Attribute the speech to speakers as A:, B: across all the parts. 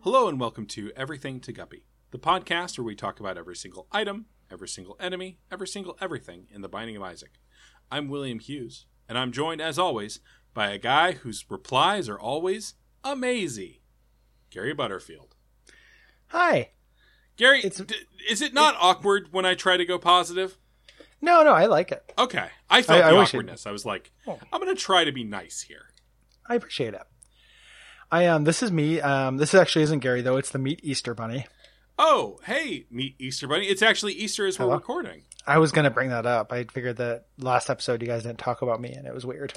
A: Hello and welcome to Everything to Guppy, the podcast where we talk about every single item, every single enemy, every single everything in the Binding of Isaac. I'm William Hughes, and I'm joined, as always, by a guy whose replies are always amazing Gary Butterfield.
B: Hi.
A: Gary,
B: It's-
A: d- is it not awkward when I try to go positive?
B: No, no, I like it.
A: Okay. I felt
B: I
A: the
B: wish it-
A: awkwardness. I was like,
B: Oh.
A: I'm going to try to be nice here.
B: I appreciate it. I um this is me. Um this actually isn't Gary though, it's the meat Easter bunny.
A: Oh, hey, meet Easter Bunny. It's actually Easter as we're
B: Hello.
A: recording.
B: I was gonna bring that up. I figured that last episode you guys didn't talk about me and it was weird.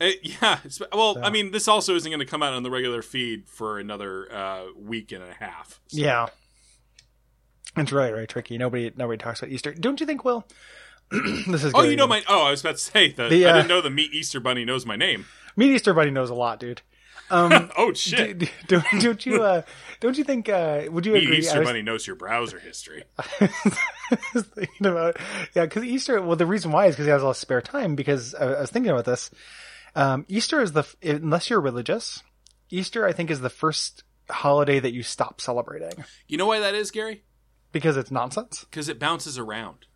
A: Uh, yeah. it's- Well, I
B: So.
A: mean, this also isn't going to come out on the regular feed for another uh, week and a half. so-
B: Yeah. It's really, really tricky. Nobody nobody talks about Easter. Don't you think, Will? this is
A: Oh,
B: Gary
A: you know
B: again.
A: my. Oh, I was about to say the,
B: The,
A: I
B: uh,
A: didn't know the meat Easter bunny knows my name.
B: meat Easter bunny knows a lot, dude. Um
A: Oh shit!
B: do, do, don't you uh don't you think uh would you
A: meat
B: agree
A: Easter
B: I was-
A: bunny knows your browser history.
B: was thinking about yeah because easter well the reason why is because he has a lot of spare time because i, I was thinking about this um, easter is the f- unless you're religious easter i think is the first holiday that you stop celebrating
A: You know why that is, Gary?
B: because it's nonsense
A: Because it bounces around.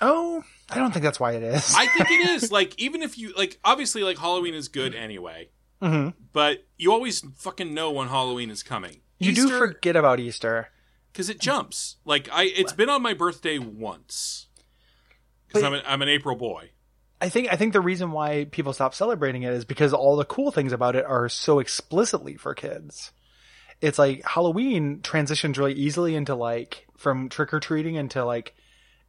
B: oh i don't think that's why it is
A: I think it is. Like, even if you like, obviously, like Halloween is good anyway,
B: Mhm.
A: but you always fucking know when Halloween is coming.
B: you do forget about easter
A: because it jumps. Like I, it's been on my birthday once. Because
B: But-
A: I'm an, I'm an April boy.
B: I think I think the reason why people stop celebrating it is because all the cool things about it are so explicitly for kids. It's like Halloween transitions really easily into like from trick or treating into like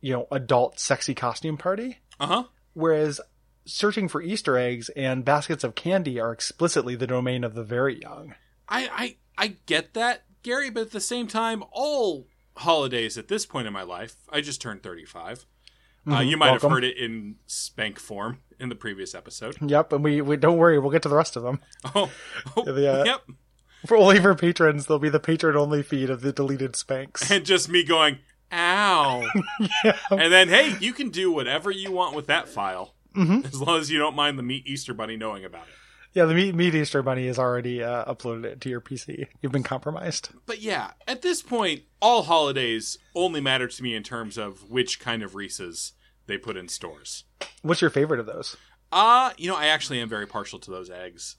B: you know adult sexy costume party,
A: Uh huh.
B: whereas searching for Easter eggs and baskets of candy are explicitly the domain of the very young.
A: I, I I get that, Gary, but at the same time, all holidays at this point in my life, I just turned 35. Uh,
B: Mhm,
A: you might
B: welcome.
A: have heard it in spank form in the previous episode.
B: Yep, and we, we don't worry, we'll get to the rest of them.
A: Oh, oh,
B: Yeah. uh,
A: yep.
B: For only for patrons, there'll be the patron only feed of the deleted spanks.
A: And just me going, ow. And then, hey, you can do whatever you want with that file.
B: Mhm.
A: As long as you don't mind the meat Easter bunny knowing about it.
B: Yeah, the meat, meat Easter Bunny has already uh, uploaded it to your PC. You've been compromised.
A: But yeah, at this point, all holidays only matter to me in terms of which kind of Reese's they put in stores.
B: What's your favorite of those?
A: Uh, you know, I actually am very partial to those eggs.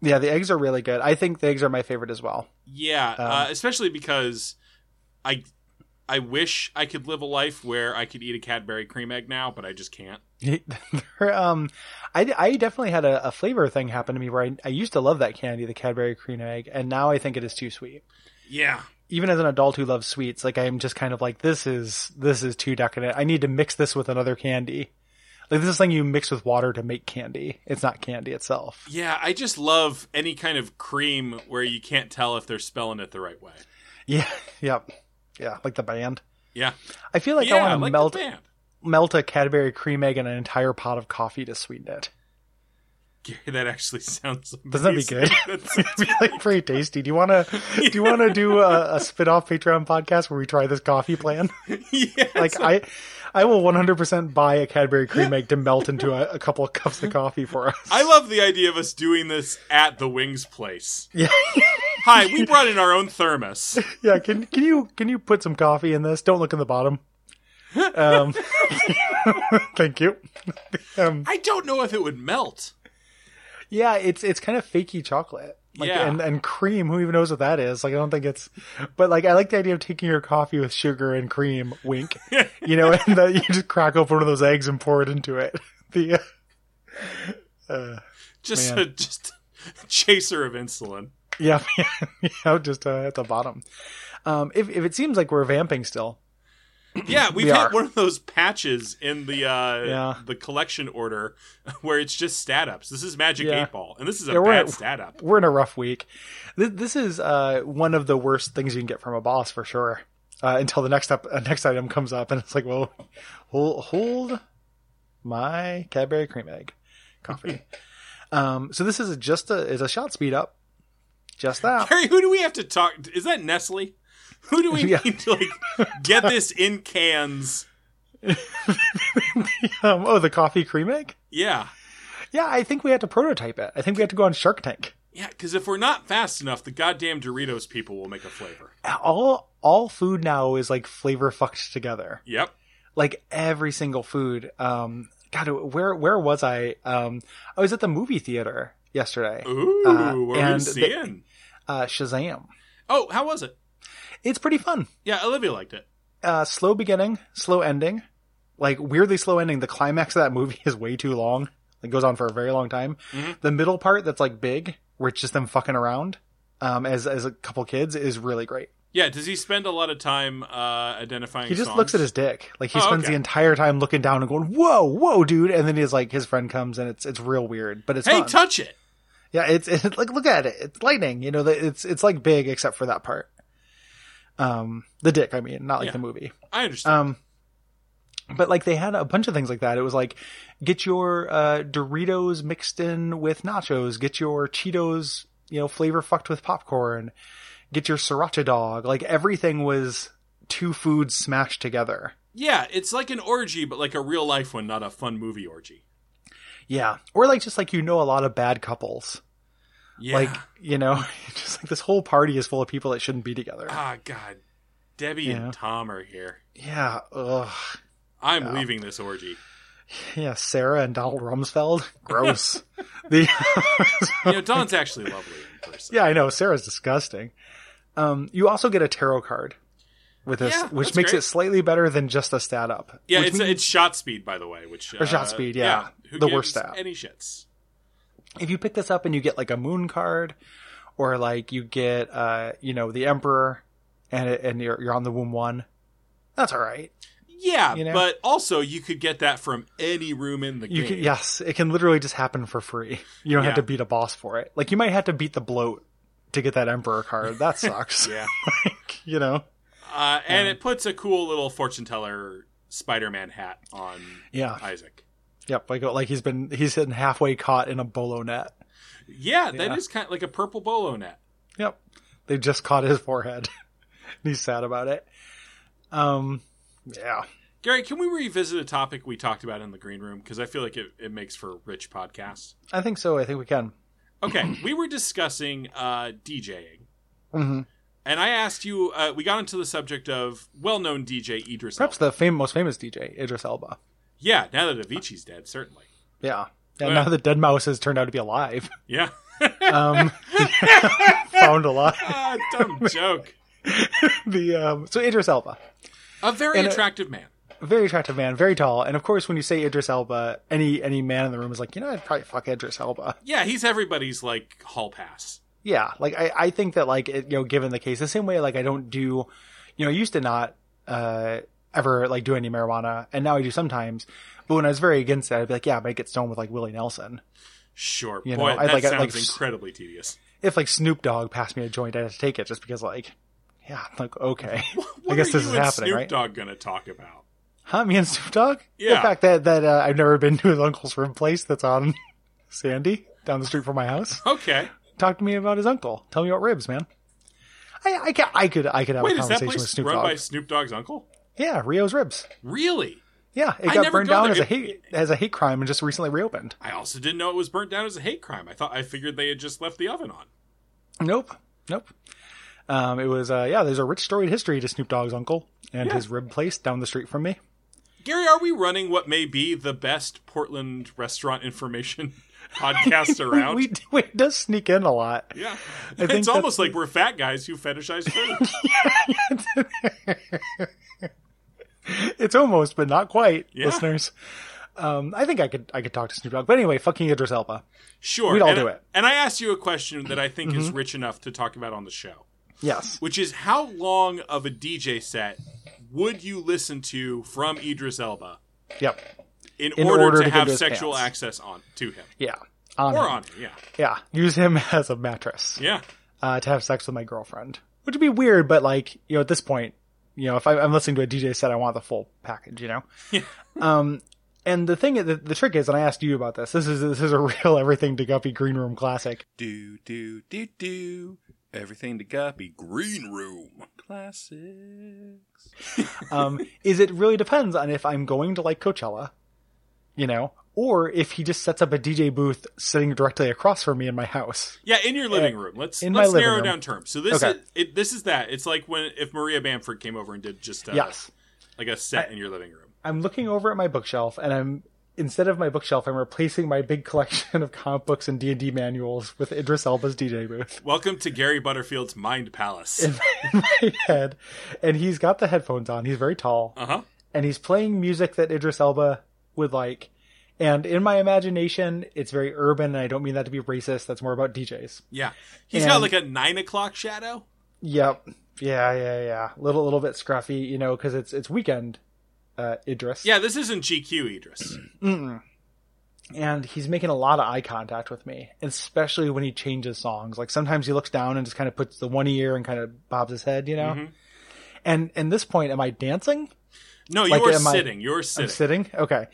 B: Yeah, the eggs are really good. I think the eggs are my favorite as well.
A: Yeah,
B: Oh.
A: uh, especially because I I wish I could live a life where I could eat a Cadbury cream egg now, but I just can't.
B: They're, um, I, I definitely had a, a flavor thing happen to me where I, I used to love that candy, the Cadbury cream egg, and now I think it is too sweet.
A: Yeah.
B: Even as an adult who loves sweets, like I am just kind of like this is this is too decadent. I need to mix this with another candy. Like this is something you mix with water to make candy. It's not candy itself.
A: Yeah, I just love any kind of cream where you can't tell if they're spelling it the right way.
B: Yeah, yep, yeah, like the band.
A: Yeah.
B: I feel like I
A: yeah,
B: want to
A: like
B: melt
A: the band.
B: melt a Cadbury cream egg in an entire pot of coffee to sweeten it.
A: Gary, that actually sounds amazing.
B: Doesn't that be
A: That sounds
B: It'd be like pretty tasty. Do you want to do you want to do a, a spin-off Patreon podcast where we try this coffee plan?
A: yeah,
B: Like I I will 100% buy a Cadbury cream egg to melt into a, a couple of cups of coffee for us.
A: I love the idea of us doing this at the Wings place.
B: Yeah.
A: Hi, we brought in our own thermos.
B: yeah, can can you can you put some coffee in this? Don't look in the bottom. Um Thank you. Um
A: I don't know if it would melt.
B: yeah, it's it's kind of fakey chocolate. Like,
A: Yeah.
B: and, and cream, who even knows what that is? Like, I don't think it's, but like, I like the idea of taking your coffee with sugar and cream, wink, you know, and that you just crack open one of those eggs and pour it into it. The, uh, uh,
A: Just
B: Man.
A: a, just a chaser of insulin.
B: yeah, you know, just uh, at the bottom. Um, if, if it seems like we're vamping still,
A: Yeah, we've
B: We
A: had
B: are.
A: one of those patches in the uh
B: Yeah.
A: the collection order where it's just stat ups. This is Magic
B: Yeah.
A: Eight Ball, and this is a
B: Yeah, we're
A: bad
B: at-
A: stat up.
B: we're in a rough week. This, this is, uh, one of the worst things you can get from a boss for sure. Uh, until the next up, uh, next item comes up and it's like, well, hold, hold my Cadbury cream egg coffee. um, so this is a, just a, is a shot speed up. Just that.
A: Harry, who do we have to talk? Is that Nestle? Who do we
B: Yeah.
A: need to like get this in cans?
B: Um, oh, the coffee cream egg?
A: Yeah,
B: Yeah, I think we had to prototype it. I think we had to go on Shark Tank.
A: Yeah, because if we're not fast enough, the goddamn Doritos people will make a flavor.
B: All all food now is like flavor fucked together.
A: Yep.
B: Like every single food. Um, God, where where was I? Um, I was at the movie theater yesterday.
A: Ooh,
B: Uh,
A: what are we
B: and the-
A: seeing?
B: Uh, Shazam!
A: oh, how was it?
B: It's pretty fun.
A: Yeah, Olivia liked it.
B: Uh, slow beginning, slow ending. Like weirdly slow ending. The climax of that movie is way too long. It goes on for a very long time.
A: Mhm.
B: The middle part that's like big, where it's just them fucking around, um, as as a couple kids, is really great.
A: Yeah, does he spend a lot of time uh, identifying?
B: He just
A: songs?
B: looks at his dick. Like he
A: Oh,
B: spends
A: okay.
B: the entire time looking down and going, "Whoa, whoa, dude!" And then he's like, his friend comes and it's it's real weird, but it's
A: Hey,
B: fun.
A: touch it.
B: yeah, it's, it's like look at it, it's lightning. You know, the- it's it's like big except for that part. Um, the dick, I mean, not like
A: Yeah.
B: the movie.
A: I understand.
B: Um, but like they had a bunch of things like that. It was like get your uh, Doritos mixed in with nachos, get your Cheetos, you know, flavor fucked with popcorn, get your sriracha dog. Like everything was two foods smashed together.
A: yeah, it's like an orgy, but like a real life one, not a fun movie orgy.
B: Yeah. Or like just like you know a lot of bad couples.
A: Yeah.
B: Like, you know, just like this whole party is full of people that shouldn't be together.
A: ah, God, Debbie
B: Yeah.
A: and Tom are here.
B: Yeah. Ugh.
A: I'm
B: Yeah.
A: leaving this orgy.
B: Yeah, Sarah and Donald Rumsfeld. Gross. the
A: You know, Don's actually lovely in person.
B: Yeah, I know. Sarah's disgusting. Um, you also get a tarot card with this,
A: Yeah,
B: which
A: that's
B: makes
A: great.
B: it slightly better than just a stat up.
A: Yeah,
B: Which
A: it's
B: means
A: it's shot speed, by the way. Which
B: Or shot
A: uh,
B: speed, yeah.
A: who
B: The
A: gives
B: worst app.
A: Any shits?
B: if you pick this up and you get like a moon card, or like you get, uh, you know, the emperor, and it, and you're you're on the womb one. That's all right.
A: Yeah,
B: You know?
A: but also you could get that from any room in the
B: You
A: game.
B: can yes, it can literally just happen for free. You don't
A: Yeah.
B: have to beat a boss for it. Like you might have to beat the bloat to get that emperor card. That sucks.
A: Yeah.
B: you know.
A: Uh, and
B: Yeah.
A: it puts a cool little fortune teller Spider-Man hat on
B: Yeah.
A: Isaac.
B: Yep. Like like he's been he's been halfway caught in a bolo net.
A: Yeah, that is
B: Yeah.
A: kind of like a purple bolo net.
B: Yep. They just caught his forehead. And He's sad about it. Um yeah.
A: Gary, can we revisit a topic we talked about in the green room? Because I feel like it, it makes for rich podcasts.
B: I think so. I think we can.
A: Okay, we were discussing uh, DJing,
B: Mm-hmm.
A: and I asked you. Uh, we got into the subject of well-known DJ Idris.
B: Perhaps
A: Elba.
B: the fam- most famous DJ, Idris Elba.
A: Yeah, now that Avicii's dead, certainly.
B: Yeah. And
A: Well-
B: now that Dead Mouse has turned out to be alive,
A: Yeah,
B: um, found alive.
A: Ah, dumb joke.
B: The um, so Idris Elba,
A: A very
B: And, uh,
A: attractive man.
B: very attractive man, very tall, and of course, when you say Idris Elba, any any man in the room is like, you know, I'd probably fuck Idris Elba.
A: Yeah, he's everybody's like hall pass.
B: yeah like i i think that like it, you know given the case the same way like i don't do you know i used to not uh ever like do any marijuana and now i do sometimes but when i was very against that i'd be like yeah but i get stoned with like willie nelson
A: Sure,
B: You
A: boy,
B: know, I'd
A: that
B: like- I'd
A: sounds
B: like-
A: incredibly tedious.
B: if like snoop dogg passed me a joint i'd have to take it just because like yeah I'm like okay
A: What
B: guess
A: are
B: this
A: you
B: is
A: and
B: happening,
A: Snoop
B: right?
A: Dogg gonna talk about?
B: huh me and snoop dogg
A: Yeah.
B: the fact that that uh, i've never been to his uncle's room place that's on sandy down the street from my house
A: Okay,
B: talk to me about his uncle tell me about ribs man i i, ca- I could i could have
A: wait,
B: a
A: is that
B: conversation with
A: place
B: snoop
A: run by
B: dogg
A: Snoop Dogg's uncle?
B: yeah rio's ribs
A: Really?
B: Yeah, it
A: I
B: got
A: never
B: burned
A: go
B: down
A: there.
B: as a
A: It-
B: hate as a hate crime and just recently reopened.
A: I also didn't know it was burnt down as a hate crime. I thought I figured they had just left the oven on.
B: Nope, nope. Um, it was uh, yeah. There's a rich storied history to Snoop Dogg's uncle and
A: Yeah.
B: his rib place down the street from me.
A: Gary, are we running what may be the best Portland restaurant information podcast around?
B: We, we it does sneak in a lot.
A: yeah,
B: think
A: it's
B: that's-
A: almost like we're fat guys who fetishize food.
B: It's almost, but not quite,
A: Yeah.
B: listeners. Um, I think I could I could talk to Snoop Dogg, but anyway, fucking Idris Elba.
A: Sure,
B: We'd all
A: and
B: do
A: I-
B: it. Mm-hmm.
A: And I asked you a question that I think is rich enough to talk about on the show,
B: Yes,
A: which is how long of a DJ set would you listen to from Idris Elba
B: yep,
A: in,
B: In
A: order,
B: order
A: to,
B: to get
A: have
B: to his
A: sexual
B: pants.
A: access on to him
B: yeah, on
A: or
B: him.
A: on her? Yeah,
B: yeah. Use him as a mattress.
A: yeah.
B: uh, to have sex with my girlfriend, which would be weird. But like, you know, at this point, you know, if I, I'm listening to a DJ set, I want the full package, you know. um, and the thing, the, the trick is, and I asked you about this. This is this is a real everything to Guppy green room classic.
A: Do do do do. Everything to Guppy Green Room classics.
B: Um, is it really depends on if I'm going to like Coachella, you know, or if he just sets up a DJ booth sitting directly across from me in my house.
A: Yeah, in your living room. Let's
B: in my
A: let's
B: living
A: narrow
B: room.
A: down terms. So this
B: Okay.
A: is it, this is that. It's like when if Maria Bamford came over and did just uh,
B: Yes.
A: like a set in your living room.
B: I'm looking over at my bookshelf and I'm instead of my bookshelf, I'm replacing my big collection of comic books and D and D manuals with Idris Elba's DJ booth
A: Welcome to Gary Butterfield's Mind Palace.
B: in my head. And he's got the headphones on. He's very tall.
A: Uh huh.
B: And he's playing music that Idris Elba would like. And in my imagination, it's very urban, and I don't mean that to be racist. That's more about DJs.
A: Yeah, he's got
B: And-
A: like a nine o'clock shadow.
B: Yep. Yeah, yeah, yeah. Little, little bit scruffy, you know, because it's it's weekend, uh, Idris.
A: Yeah, this isn't GQ Idris.
B: Mm-mm. And he's making a lot of eye contact with me, especially when he changes songs. Like sometimes he looks down and just kind of puts the one ear and kind of bobs his head, you know.
A: Mhm.
B: And and this point, am I dancing?
A: No,
B: Like,
A: you're
B: am I-
A: sitting. You're sitting.
B: I'm sitting. Okay.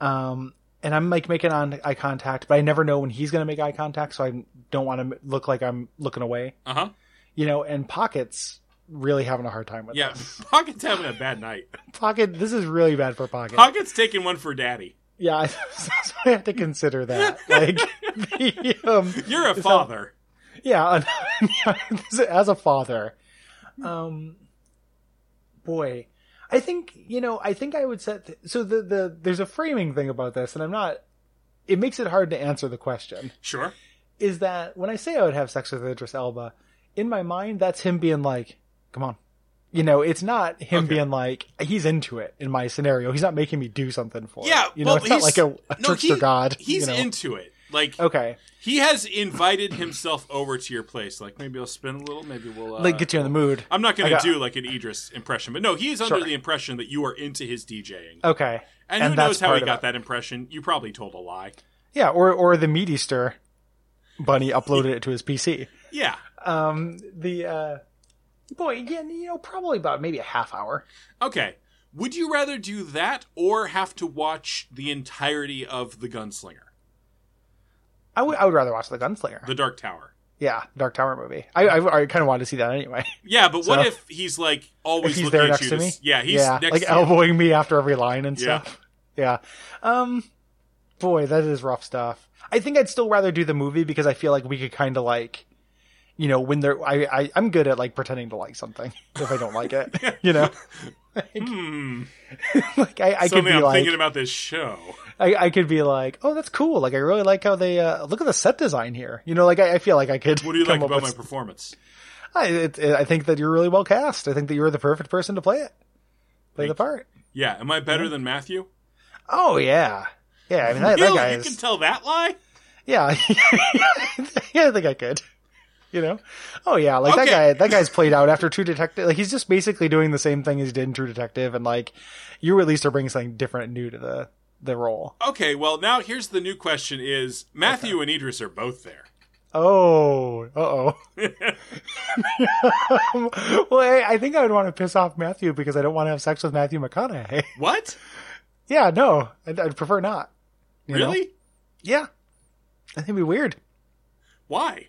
B: Um, and I'm like making on eye contact, but I never know when he's going to make eye contact, so I don't want to look like I'm looking away,
A: Uh huh.
B: you know. And pockets really having a hard time with
A: Yeah,
B: this.
A: Pocket's having a bad night.
B: Pocket, this is really bad for pocket.
A: Pocket's taking one for Daddy.
B: yeah, I, so I have to consider that. Like, the, um,
A: You're a
B: So-
A: father.
B: yeah as a father um boy i think you know i think i would set so the the there's a framing thing about this and i'm not it makes it hard to answer the question
A: Sure.
B: is that when i say i would have sex with idris elba in my mind that's him being like come on you know it's not him
A: Okay.
B: being like he's into it in my scenario he's not making me do something for
A: Yeah,
B: it you
A: well,
B: know it's not
A: he's-
B: like a, a
A: no,
B: trickster
A: he-
B: god
A: He's
B: you know?
A: into it. Like
B: okay
A: he has invited himself over to your place. Like maybe I'll spin a little. Maybe we'll uh,
B: like get you in the mood
A: I'm not going
B: I
A: to
B: got-
A: do like an Idris impression, but no, he is under
B: Sure.
A: the impression that you are into his DJing.
B: okay
A: and,
B: and
A: who
B: that's
A: knows how
B: part
A: he
B: of
A: got
B: it.
A: that impression? You probably told a lie.
B: Yeah, or or the meat easter bunny uploaded it to his PC.
A: Yeah.
B: Um, the uh, boy, yeah, you know, probably about maybe a half hour.
A: Okay. Would you rather do that or have to watch the entirety of The Gunslinger,
B: I would I would rather watch the Gunslinger.
A: The Dark Tower?
B: yeah, Dark Tower movie. I I, I kind of wanted to see that anyway.
A: Yeah, but
B: So-
A: what if he's like always
B: He's
A: looking
B: there
A: at
B: next
A: you?
B: to
A: to
B: me?
A: s- Yeah, he's
B: yeah,
A: next
B: like
A: to you.
B: elbowing me after every line and
A: Yeah.
B: stuff. Yeah. Um, boy, that is rough stuff. I think I'd still rather do the movie because I feel like we could kind of like. You know, when they're, I, I, I'm good at like pretending to like something if I don't like it. You know,
A: Hmm.
B: like I, I could be
A: Suddenly I'm
B: like,
A: thinking about this show.
B: I, I could be like, oh, that's cool. Like, I really like how they uh, look at the set design here. You know, like I, I feel like I could.
A: What do you
B: come
A: like
B: up
A: about my
B: with-
A: performance?
B: I, it, it- I think that you're really well cast. I think that you're the perfect person to play it, play the
A: Thank
B: part.
A: Yeah, am I better than Matthew?
B: Oh yeah, yeah. I mean, that, that
A: Really?
B: guy
A: you can
B: is.
A: tell that lie?
B: yeah, yeah. I think I could. You know? Oh yeah, like
A: Okay.
B: that guy. That guy's played out after True Detective. Like he's just basically doing the same thing as he did in True Detective, and like you at least are bringing something different and new to the the role.
A: Okay, well now here's the new question is Matthew and Idris are both there.
B: Oh, uh oh. well, I, I think I would want to piss off Matthew because I don't want to have sex with Matthew McConaughey.
A: What?
B: yeah, no, I'd, I'd prefer not. you know?
A: Really?
B: Yeah, I think it'd be weird.
A: Why?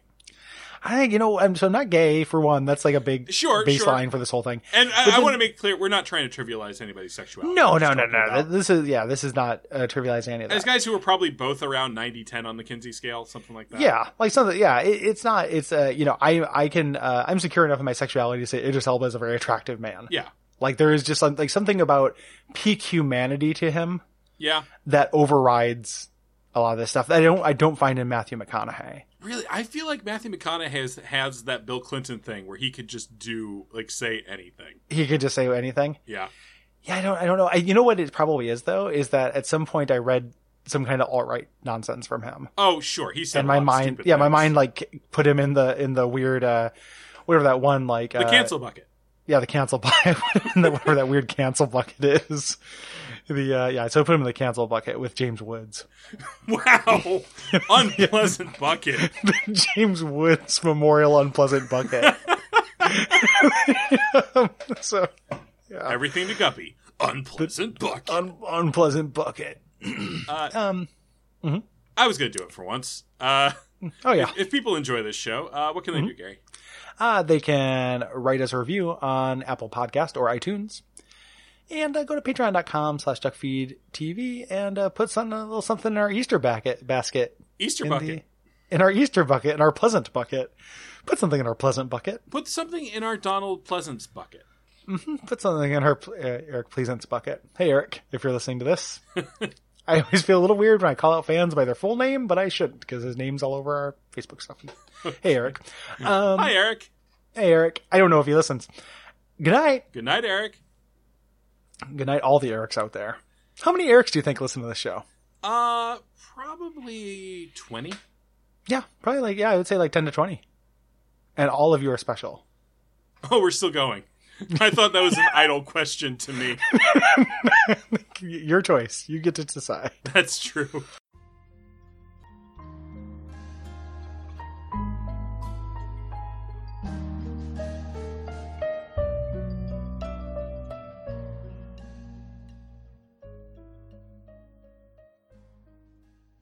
B: I think you know, I'm so I'm not gay for one. That's like a big
A: Sure,
B: baseline for this whole thing.
A: And I, I
B: then-
A: want to make clear we're not trying to trivialize anybody's sexuality.
B: No,
A: We're
B: no,
A: just
B: no,
A: talking
B: no.
A: about-
B: This is yeah, this is not uh, trivializing any of that.
A: As guys who were probably both around 90 10 on the Kinsey scale, something like that.
B: Yeah, like something. Yeah, it, it's not. It's uh, you know, I I can uh, I'm secure enough in my sexuality to say Idris Elba is a very attractive man.
A: Yeah.
B: Like there is just some, like something about peak humanity to him
A: Yeah.
B: that overrides a lot of this stuff. that I don't I don't find in Matthew McConaughey.
A: Really, I feel like Matthew McConaughey has, has that Bill Clinton thing where he could just do, like, say anything.
B: He could just say anything.
A: Yeah.
B: Yeah, I don't I don't know. I, you know what it probably is though is that at some point I read some kind of alt right nonsense from him,
A: Oh, sure. He said a
B: and my
A: lot of
B: mind
A: stupid
B: yeah my
A: things.
B: mind like put him in the in the weird uh whatever that one like
A: The
B: uh,
A: cancel bucket.
B: yeah, the cancel bucket, whatever that weird cancel bucket is. The uh, yeah, so I put him in the cancel bucket with James Woods,
A: Wow. Unpleasant bucket.
B: James Woods Memorial Unpleasant Bucket. so
A: Everything to Guppy. Unpleasant bucket.
B: un- unpleasant bucket.
A: Uh,
B: um.
A: I was going to do it for once. Uh,
B: Oh yeah.
A: if people enjoy this show, uh, what can they
B: Mm-hmm.
A: do, Gary?
B: Uh, they can write us a review on Apple Podcast or iTunes. And uh, go to patreon.com slash duckfeedtv and uh, put something, a little something in our Easter bucket, basket.
A: Easter
B: in
A: bucket.
B: The, in our Easter bucket, in our pleasant bucket. Put something in our pleasant bucket.
A: Put something in our Donald Pleasance bucket.
B: Put something in her uh, Eric Pleasant's bucket. Hey, Eric, if you're listening to this. I always feel a little weird when I call out fans by their full name, but I shouldn't because his name's all over our Facebook stuff. hey, Eric. Um,
A: Hi, Eric.
B: Hey, Eric. I don't know if he listens. Good night.
A: Good night, Eric.
B: Good night, all the Erics out there. How many Erics do you think listen to this show?
A: Uh, probably 20.
B: Yeah, probably like, yeah, I would say like 10 to 20. And all of you are special.
A: Oh, we're still going. I thought that was an idle question to me.
B: Your choice. You get to decide.
A: That's true.